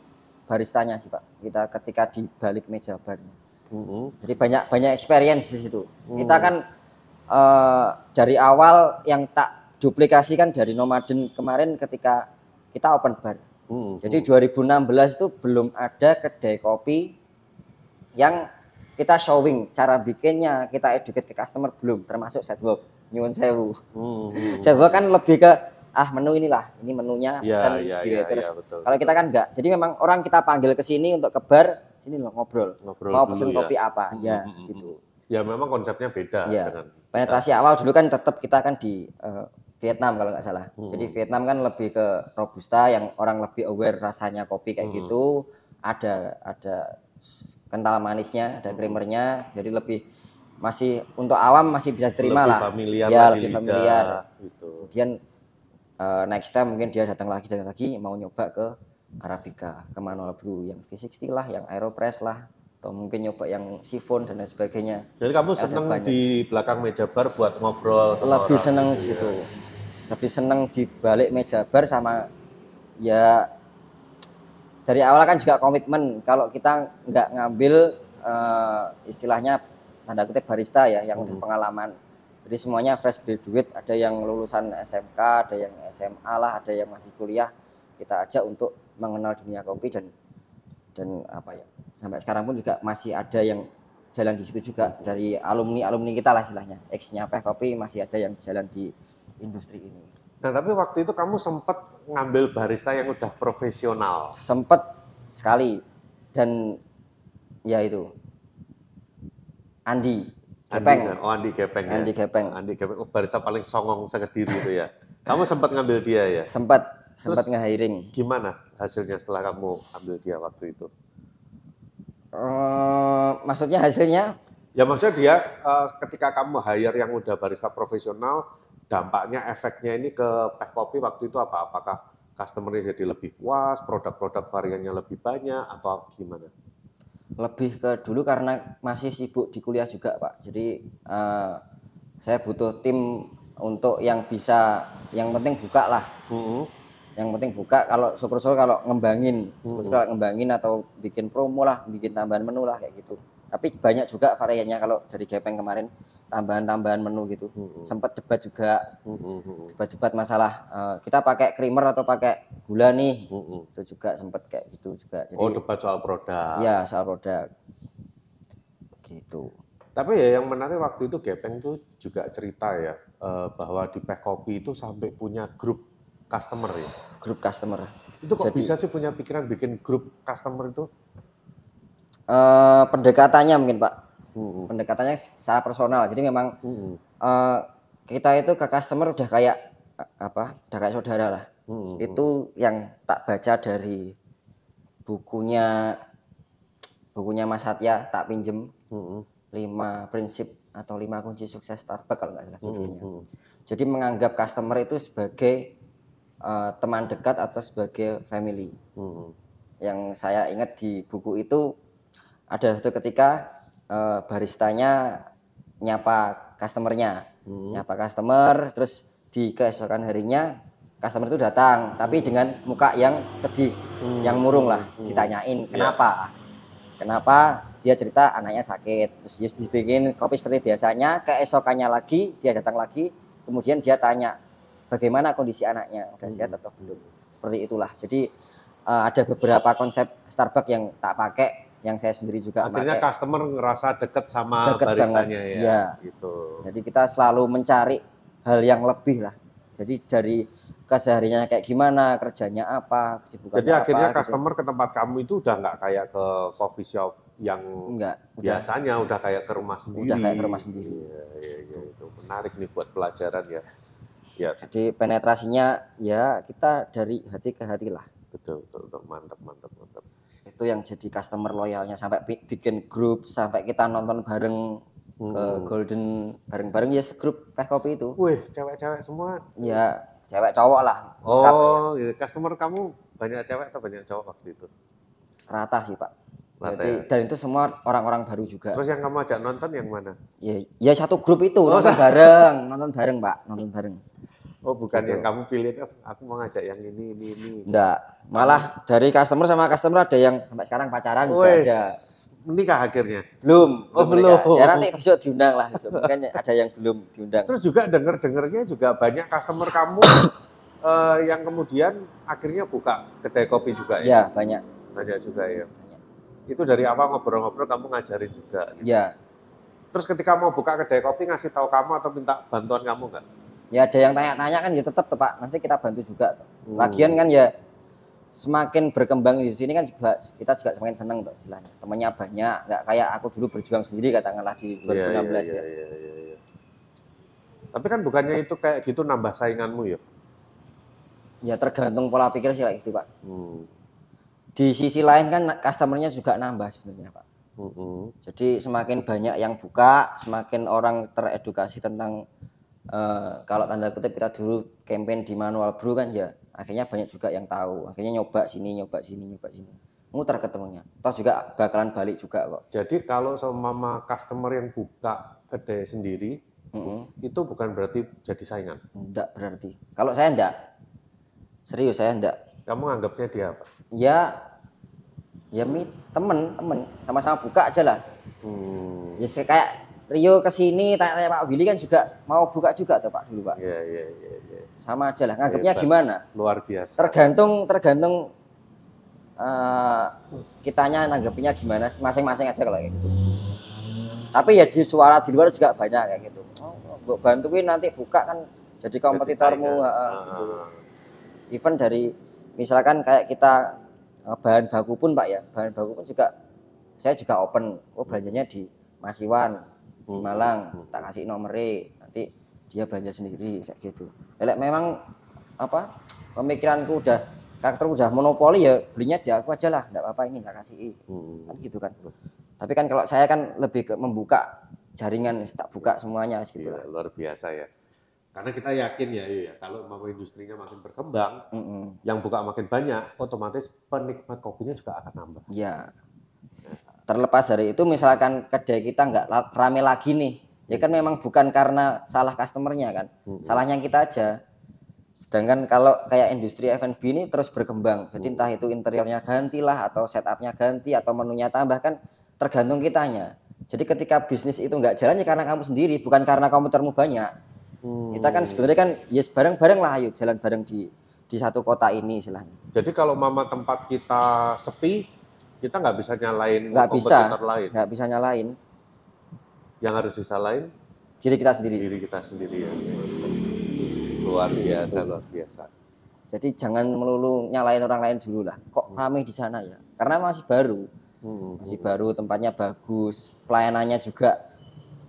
A: baristanya sih pak kita ketika di balik meja barnya jadi banyak banyak experience di situ kita kan eh, dari awal yang tak duplikasikan dari nomaden kemarin ketika kita open bar jadi 2016 itu belum ada kedai kopi yang kita showing cara bikinnya kita educate ke customer belum termasuk setwork nyuwun sewu
B: Iya,
A: Jawa kan lebih ke ah menu inilah, ini menunya pesan
B: iya,
A: gitu
B: iya,
A: ya. Terus
B: iya, betul.
A: kalau kita kan enggak. Jadi memang orang kita panggil ke sini untuk ke bar, sini loh ngobrol.
B: Ngobrol
A: Mau
B: dulu
A: pesen
B: ya.
A: kopi apa? Ya,
B: Mm, mm, mm,
A: gitu.
B: Ya memang konsepnya beda
A: Iya.
B: dengan
A: Penetrasi awal dulu kan tetap kita kan di eh, Vietnam kalau nggak salah.
B: Hmm.
A: Jadi Vietnam kan lebih ke robusta yang orang lebih aware rasanya kopi kayak
B: Hmm.
A: gitu. Ada ada kental manisnya,
B: Hmm.
A: ada kremernya. Jadi lebih masih untuk awam masih bisa terima
B: lebih
A: lah.
B: familiar
A: ya,
B: lah di
A: lebih
B: lidah,
A: familiar
B: gitu.
A: kemudian eh, next time mungkin dia datang lagi datang lagi mau nyoba ke arabica ke manual brew yang V60 lah yang aeropress lah atau mungkin nyoba yang siphon dan lain sebagainya
B: Jadi kamu
A: Ada
B: seneng
A: banyak.
B: di belakang meja bar buat ngobrol sama
A: lebih
B: orang
A: seneng
B: gitu
A: di
B: ya.
A: situ lebih seneng di balik meja bar sama ya dari awal kan juga komitmen kalau kita nggak ngambil eh, istilahnya tanda kutip barista ya yang udah pengalaman jadi semuanya fresh graduate ada yang lulusan SMK ada yang SMA lah ada yang masih kuliah kita ajak untuk mengenal dunia kopi dan dan apa ya sampai sekarang pun juga masih ada yang jalan di situ juga dari alumni alumni kita lah istilahnya ex-nya Peh Kopi masih ada yang jalan di industri ini
B: Nah tapi waktu itu kamu sempat ngambil barista yang udah profesional.
A: sempet sekali dan ya itu Andi
B: Andi,
A: Gepeng
B: oh Andi Gepeng ya.
A: Andi Gepeng
B: Andi Gepeng, oh, barista paling songong sekediri itu ya. Kamu sempat ngambil dia ya?
A: sempet sempet
B: Terus-
A: nge-hiring
B: Gimana hasilnya setelah kamu ambil dia waktu itu?
A: Eh, maksudnya hasilnya
B: Ya maksudnya dia eh, ketika kamu hire yang udah barista profesional, dampaknya efeknya ini ke Peh Kopi waktu itu apa? Apakah customer-nya jadi lebih puas, produk-produk variannya lebih banyak, atau gimana?
A: lebih ke dulu karena masih sibuk di kuliah juga pak jadi eh, saya butuh tim untuk yang bisa yang penting buka lah yang penting buka kalau syukur-syukur kalau ngembangin syukur-syukur kalau ngembangin atau bikin promo lah bikin tambahan menu lah kayak gitu tapi banyak juga variannya kalau dari Gepeng kemarin tambahan-tambahan menu gitu sempat debat juga
B: Hmm.
A: debat-debat masalah eh, kita pakai creamer atau pakai gula nih itu juga sempat kayak gitu juga jadi
B: Hmm. Oh debat soal produk.
A: ya soal produk gitu
B: Tapi ya yang menarik waktu itu Gepeng tuh juga cerita ya eh, bahwa di Peh Kopi itu sampai punya grup customer ya.
A: grup customer.
B: Itu kok
A: Jadi-
B: bisa sih punya pikiran bikin grup customer itu?
A: Eh, pendekatannya mungkin Pak. Pendekatannya secara personal. Jadi memang
B: Mm-mm.
A: eh, kita itu ke customer udah kayak eh, apa? Udah kayak saudara lah.
B: Mm-mm.
A: Itu yang tak baca dari bukunya bukunya Mas Satya tak pinjem
B: Mm-mm.
A: lima prinsip atau lima kunci sukses Starbucks kalau nggak salah
B: Hmm.
A: judulnya.
B: Mm-mm.
A: Jadi menganggap customer itu sebagai eh, teman dekat atau sebagai family.
B: Mm-mm.
A: yang saya ingat di buku itu ada satu ketika eh, baristanya nyapa customernya
B: Oh.
A: nyapa customer terus di keesokan harinya customer itu datang tapi dengan muka yang sedih
B: Hmm.
A: yang murung lah ditanyain kenapa kenapa dia cerita anaknya sakit terus dia dibikin kopi seperti biasanya keesokannya lagi dia datang lagi kemudian dia tanya bagaimana kondisi anaknya udah sehat atau belum seperti itulah jadi eh, ada beberapa konsep Starbucks yang tak pakai yang saya sendiri juga
B: Akhirnya
A: pakai
B: customer ngerasa deket sama
A: Deket
B: baristanya
A: banget,
B: ya.
A: iya.
B: Gitu.
A: jadi kita selalu mencari hal yang lebih lah jadi dari kesehariannya kayak gimana kerjanya apa kesibukannya
B: Jadi akhirnya
A: apa, gitu.
B: customer ke tempat kamu itu udah nggak kayak ke coffee shop yang
A: enggak udah
B: biasanya udah kayak ke rumah sendiri.
A: kayak ke rumah sendiri.
B: Iya, iya, iya, itu menarik nih buat pelajaran ya. Ya,
A: jadi penetrasinya ya kita dari hati ke hati lah
B: betul, betul, betul. mantap, mantap, mantap.
A: itu yang jadi customer loyalnya sampai bi- bikin grup sampai kita nonton bareng ke
B: Hmm.
A: Golden bareng-bareng ya segrup teh kopi itu
B: Wih, cewek-cewek semua.
A: ya cewek cowok lah lengkap ya.
B: Oh, gitu. customer kamu banyak cewek atau banyak cowok waktu itu?
A: rata sih pak
B: Rata
A: jadi
B: ya.
A: dan itu semua orang-orang baru juga
B: Terus Oh, yang kamu ajak nonton yang mana?
A: ya, ya satu grup itu nonton bareng nonton bareng pak nonton bareng
B: Oh, bukan
A: Gitu.
B: yang kamu pilih. "Oh, aku mau ngajak yang ini, ini, ini.
A: enggak malah dari customer sama customer ada yang sampai sekarang pacaran juga
B: Wes,
A: ada
B: menikah akhirnya.
A: belum
B: Oh,
A: mereka.
B: belum.
A: ya
B: *laughs*
A: nanti besok diundang lah besok mungkin ada yang belum diundang
B: Terus juga denger-dengernya juga banyak customer
A: *coughs*
B: kamu eh, yang kemudian akhirnya buka kedai kopi juga ya.
A: ya banyak
B: Banyak juga ya. Itu dari awal ngobrol-ngobrol kamu ngajarin juga. gitu.
A: ya
B: Terus ketika mau buka kedai kopi ngasih tahu kamu atau minta bantuan kamu nggak?
A: ya ada yang tanya-tanya kan ya tetap tuh Pak, nanti kita bantu juga. tuh.
B: Hmm.
A: Lagian kan ya semakin berkembang di sini kan juga- kita juga semakin seneng tuh istilahnya. Temennya banyak, nggak kayak aku dulu berjuang sendiri katakanlah di 2016 ya.
B: Iya, iya, iya, iya, iya. Tapi kan bukannya itu kayak gitu nambah sainganmu ya?
A: Ya tergantung pola pikir sih kayak gitu Pak.
B: Hmm.
A: Di sisi lain kan customernya juga nambah sebenarnya Pak.
B: Mm-mm.
A: Jadi semakin banyak yang buka, semakin orang teredukasi tentang eh, kalau tanda kutip kita dulu campaign di manual brew kan ya akhirnya banyak juga yang tahu. Akhirnya nyoba sini, nyoba sini, nyoba sini. Muter ketemunya. Toh juga bakalan balik juga kok.
B: Jadi kalau sama customer yang buka kedai sendiri
A: Mm-mm.
B: itu bukan berarti jadi saingan.
A: Enggak berarti. Kalau saya enggak. Serius saya enggak.
B: Kamu anggapnya dia apa?
A: Ya ya mi temen temen sama-sama buka aja lah.
B: Hmm.
A: Ya se- kayak Rio ke sini tanya, Pak Willy kan juga mau buka juga tuh Pak dulu Pak.
B: Iya, iya, iya, iya.
A: Sama aja lah. Nganggapnya
B: Hebat.
A: gimana?
B: Luar biasa.
A: tergantung tergantung eh, kitanya nanggepinnya gimana sih, masing-masing aja kalau kayak gitu tapi ya di suara di luar juga banyak kayak gitu oh, gua bantuin nanti buka kan jadi kompetitormu
B: Jadi
A: heeh,
B: saingan. Ah.
A: gitu. even dari misalkan kayak kita eh, bahan baku pun pak ya bahan baku pun juga saya juga open oh belanjanya di Masiwan di
B: Hmm.
A: Malang tak kasih nomornya nanti dia belanja sendiri kayak gitu Lelek memang apa pemikiranku udah karakterku udah monopoli ya belinya di aku aja lah nggak apa-apa ini nggak kasih
B: Hmm.
A: kan gitu kan tapi kan kalau saya kan lebih ke membuka jaringan tak buka semuanya gitu lah
B: Gila, luar biasa ya. Karena kita yakin ya, Yu, ya kalau mau industrinya makin berkembang,
A: Mm-mm.
B: yang buka makin banyak, otomatis penikmat kopinya juga akan nambah.
A: Ya. Terlepas dari itu misalkan kedai kita nggak la- rame lagi nih. Ya kan memang bukan karena salah customernya kan.
B: Mm-mm.
A: Salahnya kita aja. Sedangkan kalau kayak industri F&B ini terus berkembang.
B: Mm.
A: Jadi entah itu interiornya gantilah atau setupnya ganti atau menunya tambah kan tergantung kitanya. Jadi ketika bisnis itu nggak jalan ya karena kamu sendiri bukan karena komputermu banyak.
B: Hmm.
A: Kita kan sebenarnya kan yes bareng-bareng lah ayo jalan bareng di di satu kota ini istilahnya.
B: Jadi kalau mama tempat kita sepi, kita nggak bisa nyalain
A: Nggak bisa.
B: kompetitor lain.
A: Nggak bisa nyalain
B: Yang harus disalahin
A: diri kita sendiri.
B: diri kita sendiri ya. Luar biasa, luar biasa.
A: Jadi jangan melulu nyalain orang lain dulu lah. Kok ramai di sana ya? Karena masih baru,
B: Hmm.
A: masih baru, tempatnya bagus, pelayanannya juga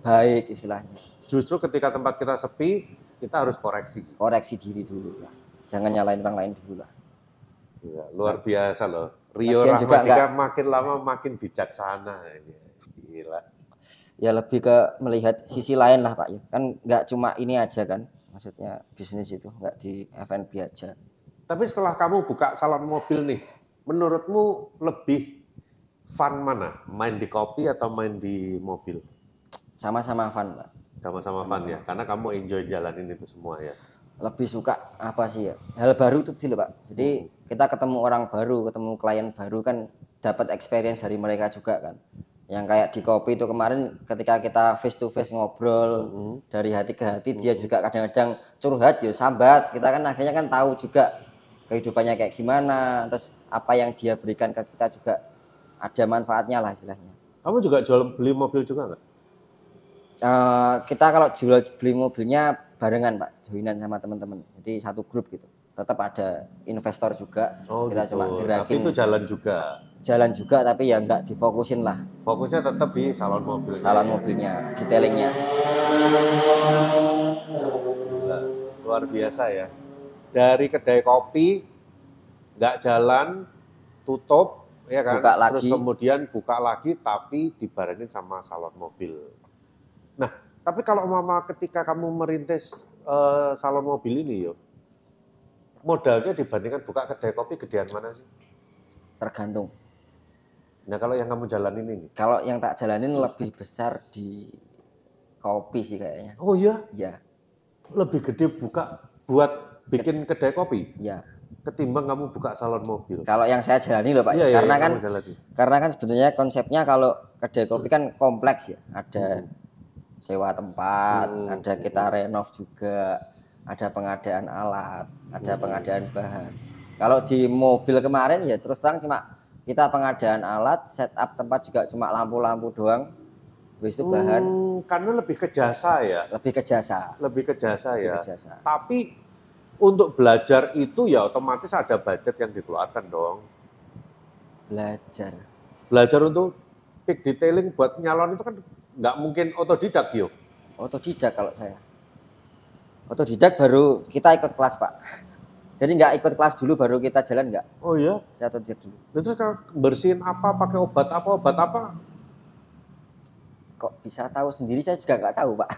A: baik istilahnya.
B: Justru ketika tempat kita sepi, kita harus koreksi.
A: Koreksi diri dulu lah. Jangan nyalain orang lain dulu lah.
B: Iya, luar biasa loh. Rio
A: Lagian juga
B: Rahmatika makin lama makin bijaksana. Iya, Gila.
A: Ya lebih ke melihat sisi lain lah Pak. ya. Kan nggak cuma ini aja kan. Maksudnya bisnis itu nggak di F&B aja.
B: Tapi setelah kamu buka salon mobil nih, menurutmu lebih fun mana? Main di kopi atau main di mobil?
A: Sama-sama fun Pak.
B: Sama-sama fun ya, karena kamu enjoy jalanin itu semua ya.
A: lebih suka apa sih ya hal baru itu sih loh pak jadi kita ketemu orang baru ketemu klien baru kan dapat experience dari mereka juga kan yang kayak di kopi itu kemarin ketika kita face to face ngobrol dari hati ke hati dia juga kadang-kadang curhat ya sambat kita kan akhirnya kan tahu juga kehidupannya kayak gimana terus apa yang dia berikan ke kita juga ada manfaatnya lah istilahnya
B: Kamu juga jual beli mobil juga nggak?
A: Eh, kita kalau jual beli mobilnya barengan pak joinan sama teman-teman jadi satu grup gitu tetap ada investor juga kita
B: gitu.
A: cuma
B: Tapi
A: gerakin
B: itu jalan juga.
A: jalan juga tapi ya nggak difokusin lah
B: Fokusnya tetap di salon mobil.
A: salon mobilnya detailingnya
B: Gila, luar biasa ya. Dari kedai kopi nggak jalan, tutup, ya kan?
A: Buka
B: Terus
A: lagi.
B: kemudian buka lagi, tapi dibarengin sama salon mobil. Nah, tapi kalau mama ketika kamu merintis eh, salon mobil ini, yo modalnya dibandingkan buka kedai kopi gedean mana sih?
A: tergantung
B: Nah, kalau yang kamu jalanin ini,
A: kalau yang tak jalanin lebih besar di kopi sih kayaknya
B: oh iya,
A: ya
B: lebih gede buka buat bikin kedai kopi
A: ya
B: ketimbang kamu buka salon mobil.
A: kalau yang saya jalani loh pak
B: Iya, iya,
A: karena
B: yang
A: kan
B: kamu jalanin.
A: karena kan sebenarnya konsepnya kalau kedai kopi kan kompleks ya ada sewa tempat
B: Hmm.
A: ada kita renov juga ada pengadaan alat ada
B: Hmm.
A: pengadaan bahan kalau di mobil kemarin ya terus terang cuma kita pengadaan alat setup tempat juga cuma lampu-lampu doang habis itu bahan
B: Hmm, karena lebih ke jasa ya,
A: lebih ke jasa
B: lebih ke jasa
A: lebih
B: ya.
A: ke jasa
B: Tapi untuk belajar itu ya otomatis ada budget yang dikeluarkan dong.
A: belajar
B: Belajar untuk peak detailing buat nyalon itu kan nggak mungkin otodidak yo.
A: otodidak kalau saya otodidak baru kita ikut kelas pak *laughs* jadi nggak ikut kelas dulu baru kita jalan nggak
B: Oh iya,
A: saya otodidak dulu
B: Nah, terus kalau bersihin apa pakai obat apa obat apa?
A: kok bisa tahu sendiri saya juga nggak tahu pak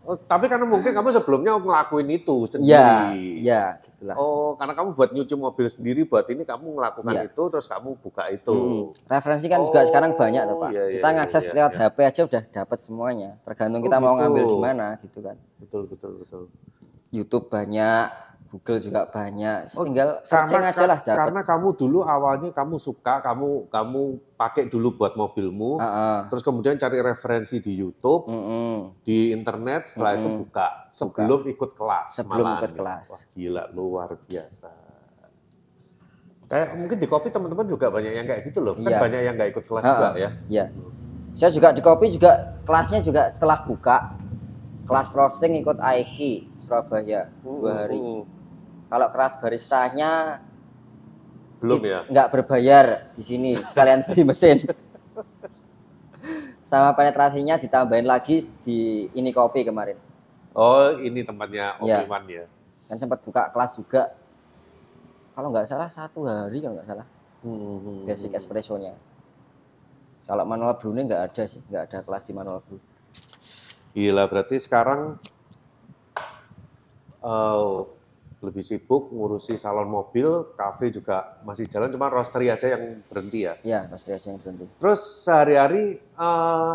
B: Oh, tapi karena mungkin kamu sebelumnya ngelakuin itu
A: ya
B: sendiri.
A: ya gitulah
B: Oh, karena kamu buat nyuci mobil sendiri buat ini kamu melakukan
A: Iya.
B: itu terus kamu buka itu.
A: Mm-mm. referensi kan juga
B: Oh,
A: sekarang banyak tuh pak
B: iya, iya,
A: kita
B: iya,
A: ngakses
B: iya,
A: lewat
B: iya.
A: HP aja udah dapat semuanya tergantung
B: Oh,
A: kita mau
B: gitu.
A: ngambil di mana gitu kan
B: Betul betul betul.
A: YouTube banyak Google juga banyak
B: Oh,
A: tinggal searching
B: karena,
A: aja lah dapat
B: karena kamu dulu awalnya kamu suka kamu kamu pakai dulu buat mobilmu
A: Heeh.
B: terus kemudian cari referensi di YouTube
A: Mm-mm.
B: di internet setelah itu
A: Mm-mm.
B: buka sebelum ikut kelas
A: Sebelum
B: malahan. ya.
A: ikut kelas.
B: Wah, gila luar biasa kayak mungkin di kopi teman-teman juga banyak yang kayak gitu loh kan
A: Iya.
B: banyak yang nggak ikut kelas
A: Ha-ha.
B: juga ya
A: ya saya juga di kopi juga kelasnya juga setelah buka kelas roasting ikut Aiki Surabaya dua hari
B: Mm-mm.
A: kalau kelas baristanya
B: belum
A: Di-
B: ya
A: nggak berbayar di sini sekalian beli mesin *laughs* sama penetrasinya ditambahin lagi di ini kopi kemarin
B: oh ini tempatnya Om
A: Iya.
B: Iwan ya
A: kan sempat buka kelas juga kalau nggak salah satu hari kalau nggak salah
B: Mm-mm.
A: basic espressonya kalau manual brewnya nggak ada sih nggak ada kelas di manual brew
B: Gila, berarti sekarang eh, lebih sibuk ngurusi salon mobil, kafe juga masih jalan, cuma roastery aja yang berhenti ya.
A: ya pasti aja yang berhenti
B: Terus sehari-hari eh,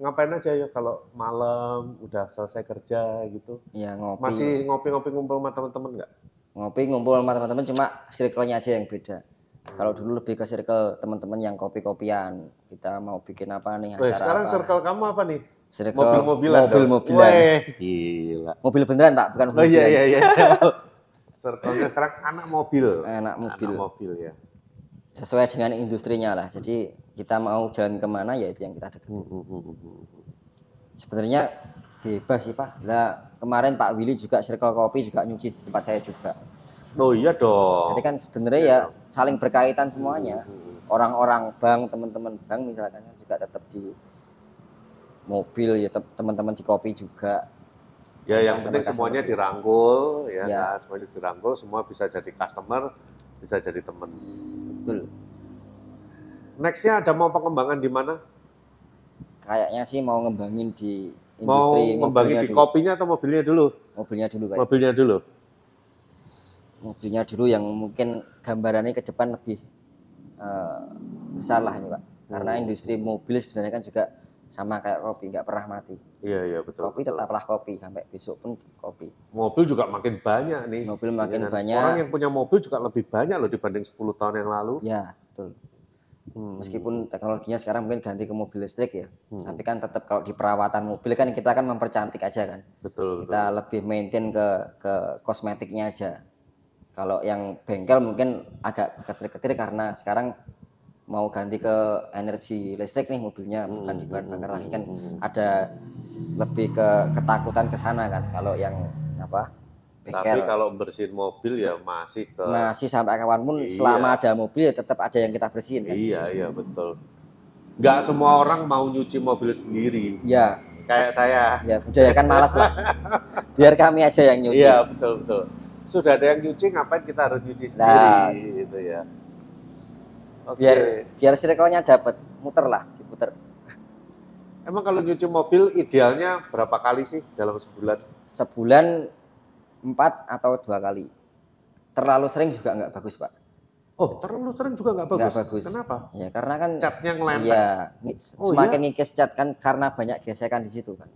B: ngapain aja ya kalau malam udah selesai kerja gitu?
A: ya ngopi
B: Masih ngopi-ngopi ngumpul sama teman-teman nggak?
A: ngopi ngumpul sama teman-teman cuma circle-nya aja yang beda kalau dulu lebih ke circle teman-teman yang kopi-kopian kita mau bikin apa nih
B: Weh,
A: acara
B: sekarang
A: apa
B: circle kamu apa nih?
A: Circle
B: Mobil-mobilan. dong.
A: mobil-mobilan.
B: Weh, gila.
A: Mobil beneran pak, bukan mobil.
B: Oh iya iya iya. *laughs* Circle-nya sekarang anak mobil.
A: Anak Eh, mobil.
B: Anak mobil ya.
A: Sesuai dengan industrinya lah. Jadi kita mau jalan kemana ya itu yang kita deketin.
B: Hmm.
A: Sebenarnya bebas sih pak. Nah kemarin Pak Willy juga circle kopi juga nyuci di tempat saya juga.
B: Oh Hmm, iya dong.
A: Jadi kan sebenarnya ya saling berkaitan semuanya. Orang-orang bank, teman-teman bank misalkan kan juga tetap di mobil ya tep- teman-teman di kopi juga.
B: Ya yang
A: Customer, customer.
B: penting
A: gitu.
B: semuanya dirangkul ya,
A: Ya.
B: kan? semuanya dirangkul, semua bisa jadi customer, bisa jadi teman.
A: Betul.
B: Nextnya ada mau pengembangan di mana?
A: Kayaknya sih mau ngembangin di
B: Mau
A: industri mobilnya
B: ngembangin di
A: dulu.
B: kopinya atau mobilnya dulu?
A: Mobilnya dulu kayak.
B: Mobilnya dulu.
A: Mobilnya dulu yang mungkin gambarannya ke depan lebih eh, besar lah ini, Pak. Karena industri mobil sebenarnya kan juga sama kayak kopi, nggak pernah mati.
B: Iya iya betul.
A: Kopi
B: betul.
A: tetaplah kopi sampai besok pun kopi.
B: Mobil juga makin banyak nih.
A: Mobil makin
B: Ya kan?
A: banyak.
B: Orang yang punya mobil juga lebih banyak loh dibanding 10 tahun yang lalu.
A: Ya, betul.
B: Hmm.
A: Meskipun teknologinya sekarang mungkin ganti ke mobil listrik ya, tapi kan tetap kalau di perawatan mobil kan kita kan mempercantik aja kan.
B: Betul betul.
A: Kita lebih maintain ke ke kosmetiknya aja. Kalau yang bengkel mungkin agak ketir-ketir karena sekarang mau ganti ke energi listrik nih mobilnya
B: Hmm,
A: bukan di bahan bakar lagi kan ada lebih ke ketakutan ke sana kan kalau yang apa
B: Tapi
A: bengkel Nah,
B: kalau bersihin mobil ya masih ke
A: masih sampai kawan pun
B: Iya.
A: selama ada mobil ya tetap ada yang kita bersihin kan.
B: Iya iya betul. Nggak semua orang mau nyuci mobil sendiri.
A: Ya,
B: Kayak saya.
A: ya budayakan malas
B: *laughs*
A: lah biar kami aja yang nyuci
B: Iya betul betul. Sudah ada yang nyuci, ngapain kita harus nyuci sendiri
A: Nah.
B: gitu ya. Oke.
A: biar biar circle-nya dapat muter lah diputer
B: Emang kalau nyuci mobil idealnya berapa kali sih dalam sebulan?
A: sebulan empat atau dua kali terlalu sering juga nggak bagus pak
B: Oh, terlalu sering juga nggak bagus.
A: nggak bagus
B: Kenapa?
A: ya karena kan
B: Catnya ngelempet.
A: iya ngi-
B: Oh,
A: semakin ngikis cat kan karena banyak gesekan di situ kan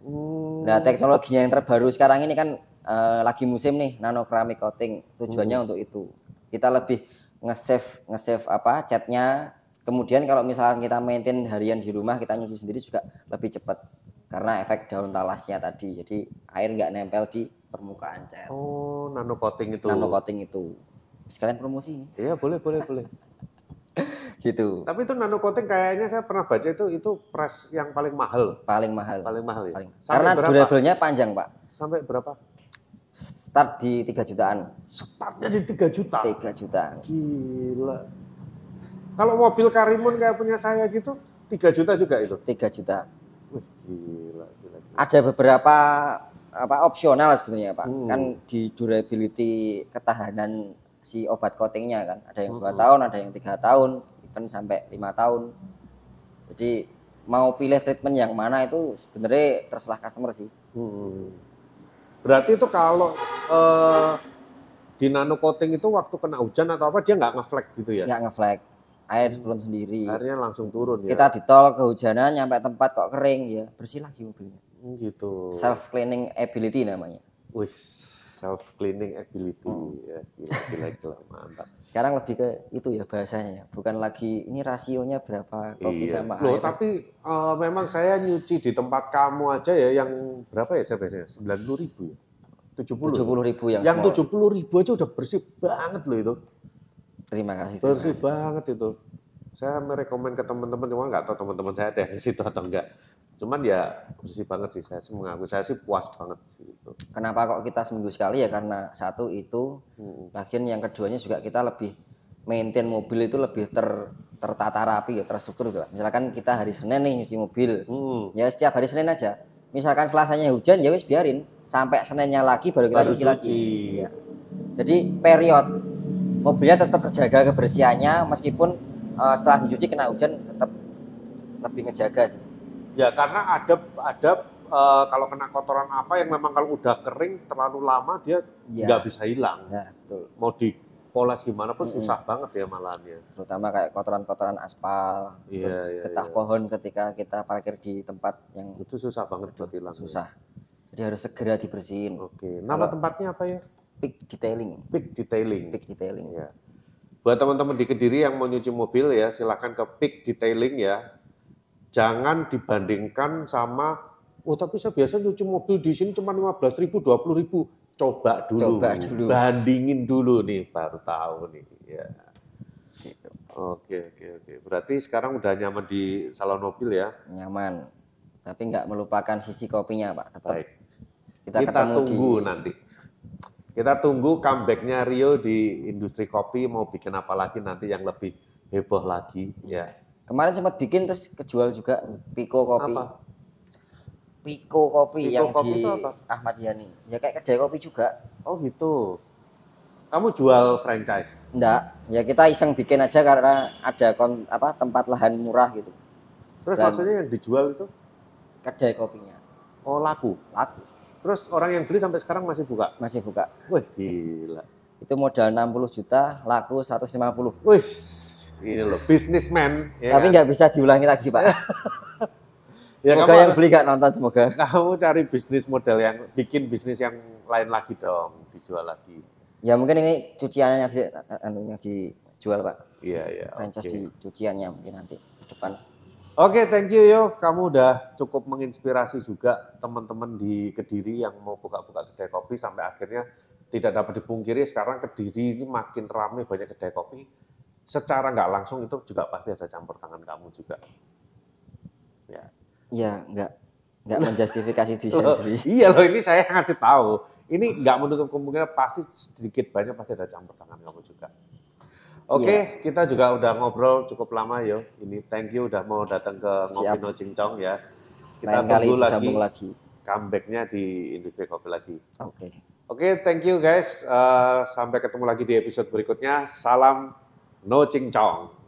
B: Hmm.
A: nah teknologinya yang terbaru sekarang ini kan eh, lagi musim nih nano keramik coating tujuannya untuk itu kita lebih nge-save nge-save apa catnya kemudian kalau misalkan kita maintain harian di rumah kita nyuci sendiri juga lebih cepat karena efek daun talasnya tadi jadi air nggak nempel di permukaan cat
B: Oh, nano coating itu.
A: nano coating itu sekalian promosi nih.
B: Iya, boleh, boleh, boleh.
A: gitu
B: Tapi itu nano coating kayaknya saya pernah baca itu itu press yang paling mahal,
A: paling mahal
B: paling mahal ya.
A: Paling-
B: Sampai
A: karena
B: berapa?
A: durable-nya panjang pak
B: Sampai berapa?
A: start di 3 jutaan
B: Startnya di 3 juta.
A: 3 jutaan
B: Gila. Kalau mobil Karimun kayak punya saya gitu, 3 juta juga itu.
A: 3 juta
B: Wih, gila, gila. gila.
A: ada beberapa apa opsional sebenarnya pak
B: Hmm.
A: kan di durability ketahanan si obat coatingnya kan ada yang
B: Hmm.
A: dua tahun ada yang tiga tahun even sampai lima tahun jadi mau pilih treatment yang mana itu sebenarnya terserah customer sih
B: Hmm. Berarti itu kalau eh, di nano coating itu waktu kena hujan atau apa dia nggak ngeflek gitu ya?
A: nggak ngeflag air turun sendiri
B: Airnya langsung turun ya.
A: kita di tol kehujanan nyampe tempat kok kering ya bersih lagi mobilnya
B: Hmm, gitu.
A: self cleaning ability namanya
B: Wih, self cleaning ability.
A: Hmm.
B: Ya, gila, gila, gila, mantap.
A: sekarang lebih ke itu ya bahasanya ya. bukan lagi ini rasionya berapa kopi sama
B: Iya. Loh,
A: air
B: tapi eh, memang saya nyuci di tempat kamu aja ya yang berapa ya sebenarnya? 90 ribu ya? 70.
A: tujuh ribu yang,
B: yang
A: small.
B: 70 ribu aja udah bersih banget loh itu.
A: terima kasih terima
B: Bersih banget itu. Saya merekomen ke teman-teman, cuma nggak tahu teman-teman saya ada yang di situ atau enggak. Cuman ya bersih banget sih, saya sih mengaku, saya sih puas banget sih itu.
A: kasih. kenapa kok kita seminggu sekali ya karena satu itu lagian yang keduanya juga kita lebih maintain mobil itu lebih ter tertata rapi ya terstruktur gitu Pak. misalkan kita hari Senin nih nyuci mobil
B: Hmm.
A: ya setiap hari Senin aja misalkan Selasanya hujan ya wis biarin sampai Seninnya lagi baru kita
B: Baru
A: cuci lagi
B: cuci.
A: Iya. jadi period mobilnya tetap terjaga kebersihannya meskipun eh, setelah dicuci kena hujan tetap lebih ngejaga sih
B: Ya karena ada ada eh, kalau kena kotoran apa yang memang kalau udah kering terlalu lama dia
A: Iya.
B: nggak bisa hilang.
A: ya betul
B: Mau dipoles gimana pun susah banget ya malahannya.
A: terutama kayak kotoran-kotoran aspal
B: Iya,
A: terus
B: iya,
A: getah
B: iya.
A: pohon ketika kita parkir di tempat yang
B: Itu susah banget buat hilang. ya.
A: susah jadi harus segera dibersihin
B: Oke, nama tempatnya apa ya?
A: peak detailing
B: Peak Detailing.
A: peak detailing
B: Ya. Buat teman-teman di Kediri yang mau nyuci mobil ya, silahkan ke Peak Detailing ya. Jangan dibandingkan sama, oh tapi saya biasa nyuci mobil di sini cuma 15.000 ribu, 20 ribu. Coba dulu.
A: Coba dulu.
B: Bandingin dulu nih, baru tahu nih. Ya.
A: gitu.
B: Oke, oke, oke. Berarti sekarang udah nyaman di salon mobil ya.
A: nyaman tapi nggak melupakan sisi kopinya pak tetap
B: Baik.
A: kita,
B: Kita,
A: ketemu
B: tunggu
A: di
B: nanti. Kita tunggu comebacknya Rio di industri kopi mau bikin apa lagi nanti yang lebih heboh lagi ya.
A: Kemarin sempat bikin terus kejual juga Piko kopi.
B: Apa?
A: Piko kopi
B: Piko
A: yang
B: kopi
A: di
B: itu apa?
A: Ahmad Yani. Ya kayak kedai kopi juga.
B: Oh gitu. Kamu jual franchise.
A: Enggak, ya kita iseng bikin aja karena ada kon, apa tempat lahan murah gitu.
B: Terus
A: Dan-
B: maksudnya yang dijual itu
A: Kedai kopinya.
B: oh laku.
A: Laku,
B: Terus orang yang beli sampai sekarang masih buka.
A: masih buka.
B: Wih gila.
A: Itu modal 60 juta, laku 150.
B: Wih ini loh bisnismen. ya
A: Tapi
B: kan?
A: nggak bisa diulangi lagi,
B: *laughs*
A: Pak.
B: Ya,
A: semoga
B: kamu
A: yang
B: harus-
A: beli nggak nonton semoga.
B: kamu cari bisnis model yang bikin bisnis yang lain lagi dong dijual lagi.
A: Ya mungkin ini cuciannya yang di- anu, yang dijual, Pak.
B: Iya iya.
A: Franchise
B: oke.
A: di cuciannya mungkin nanti ke depan.
B: Oke, thank you yo. Kamu udah cukup menginspirasi juga teman-teman di Kediri yang mau buka-buka kedai kopi sampai akhirnya tidak dapat dipungkiri sekarang Kediri ini makin ramai banyak kedai kopi. Secara nggak langsung itu juga pasti ada campur tangan kamu juga. Ya.
A: Ya, nggak nggak menjustifikasi
B: *laughs*
A: diri sendiri.
B: iya loh, ini saya ngasih tahu. Ini nggak menutup kemungkinan pasti sedikit banyak pasti ada campur tangan kamu juga. Oke,
A: Iya.
B: kita juga udah ngobrol cukup lama yo. Ini thank you udah mau datang ke Ngopi
A: Siap.
B: No Cincong ya. Kita
A: Lain kali
B: tunggu lagi
A: disambung lagi.
B: comeback-nya di industri kopi lagi.
A: Oke.
B: Oke, thank you guys. Eh, sampai ketemu lagi di episode berikutnya. Salam No Cincong.